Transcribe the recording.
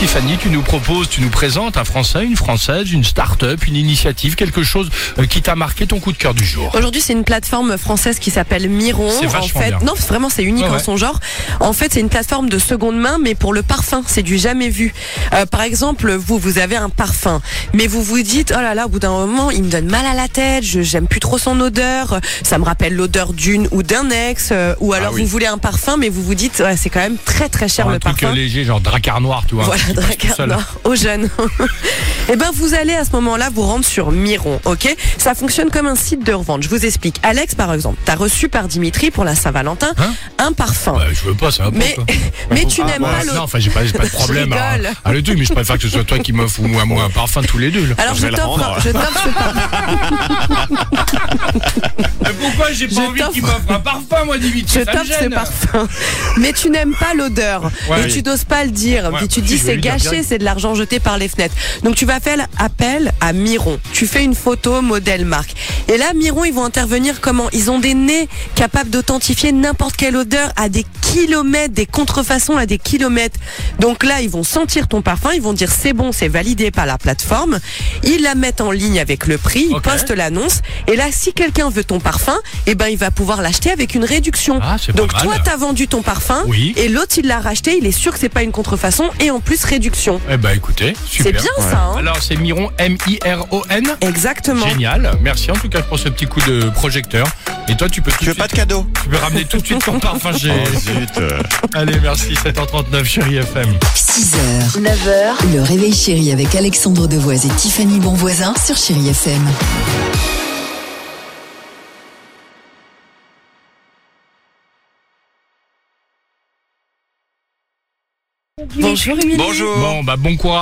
Tiffany, tu nous proposes, tu nous présentes un Français, une Française, une start-up, une initiative, quelque chose euh, qui t'a marqué ton coup de cœur du jour. Aujourd'hui, c'est une plateforme française qui s'appelle Miron. C'est En vachement fait, bien. non, c'est vraiment, c'est unique Ouais, ouais. en son genre. En fait, c'est une plateforme de seconde main, mais pour le parfum, c'est du jamais vu. Euh, par exemple, vous, vous avez un parfum, mais vous vous dites, oh là là, au bout d'un moment, il me donne mal à la tête, je j'aime plus trop son odeur, ça me rappelle l'odeur d'une ou d'un ex, euh, ou alors Ah oui. vous voulez un parfum, mais vous vous dites, Ouais, c'est quand même très très cher un le truc parfum. euh, léger, genre dracar noir, tu vois. Voilà, un truc qui passe tout Dracar seul. Nord, aux jeunes. Eh ben, vous allez à ce moment-là vous rendre sur Miron, ok Ça fonctionne comme un site de revente. Je vous explique. Alex, par exemple, t'as reçu par Dimitri pour la Saint-Valentin Hein un parfum. Ouais, je veux pas, ça va pas, Mais, quoi. mais tu n'aimes Ah, pas ouais, l'autre. Non, enfin, j'ai pas, j'ai pas de problème à, rigole. à le truc, mais je préfère que ce soit toi qui m'offre ou moi, moi un parfum tous les deux. Là. Alors je t'offre, je t'offre ce parfum. Euh, pourquoi j'ai Je envie t'offre- qu'il m'offre un parfum, moi, Je Dimitri t'offre ce parfum. Mais tu n'aimes pas l'odeur. Ouais. et tu n'oses pas le dire. Ouais, Puis tu te si, dis je vais c'est lui dire gâché, direct. c'est de l'argent jeté par les fenêtres. Donc tu vas faire appel à Miron. Tu fais une photo modèle marque. Et là, Miron, ils vont intervenir comment Ils ont des nez capables d'authentifier n'importe quelle odeur à des kilomètres, des contrefaçons à des kilomètres. Donc là, ils vont sentir ton parfum, ils vont dire c'est bon, c'est validé par la plateforme. Ils la mettent en ligne avec le prix, ils Ok. postent l'annonce. Et là, si quelqu'un veut ton parfum, eh ben, il va pouvoir l'acheter avec une réduction. Ah, c'est pas Donc mal. toi, t'as vendu ton parfum Oui. et l'autre il l'a racheté, il est sûr que c'est pas une contrefaçon et en plus réduction. Eh ben, écoutez, super. C'est bien ça, hein Alors, c'est Miron, M-I-R-O-N. Exactement. Génial, merci en tout cas pour ce petit coup de projecteur. Et toi, tu peux, tout Tu de veux pas suite- de cadeau tu peux ramener tout de suite ton parfum chez. zut Allez, merci, 7h39, chérie FM. Oh. 6h, 9h, le réveil chéri avec Alexandre Devoise et Tiffany Bonvoisin sur Chéri FM. Bonjour Émilie. Bonjour Bon, bah, bon courage.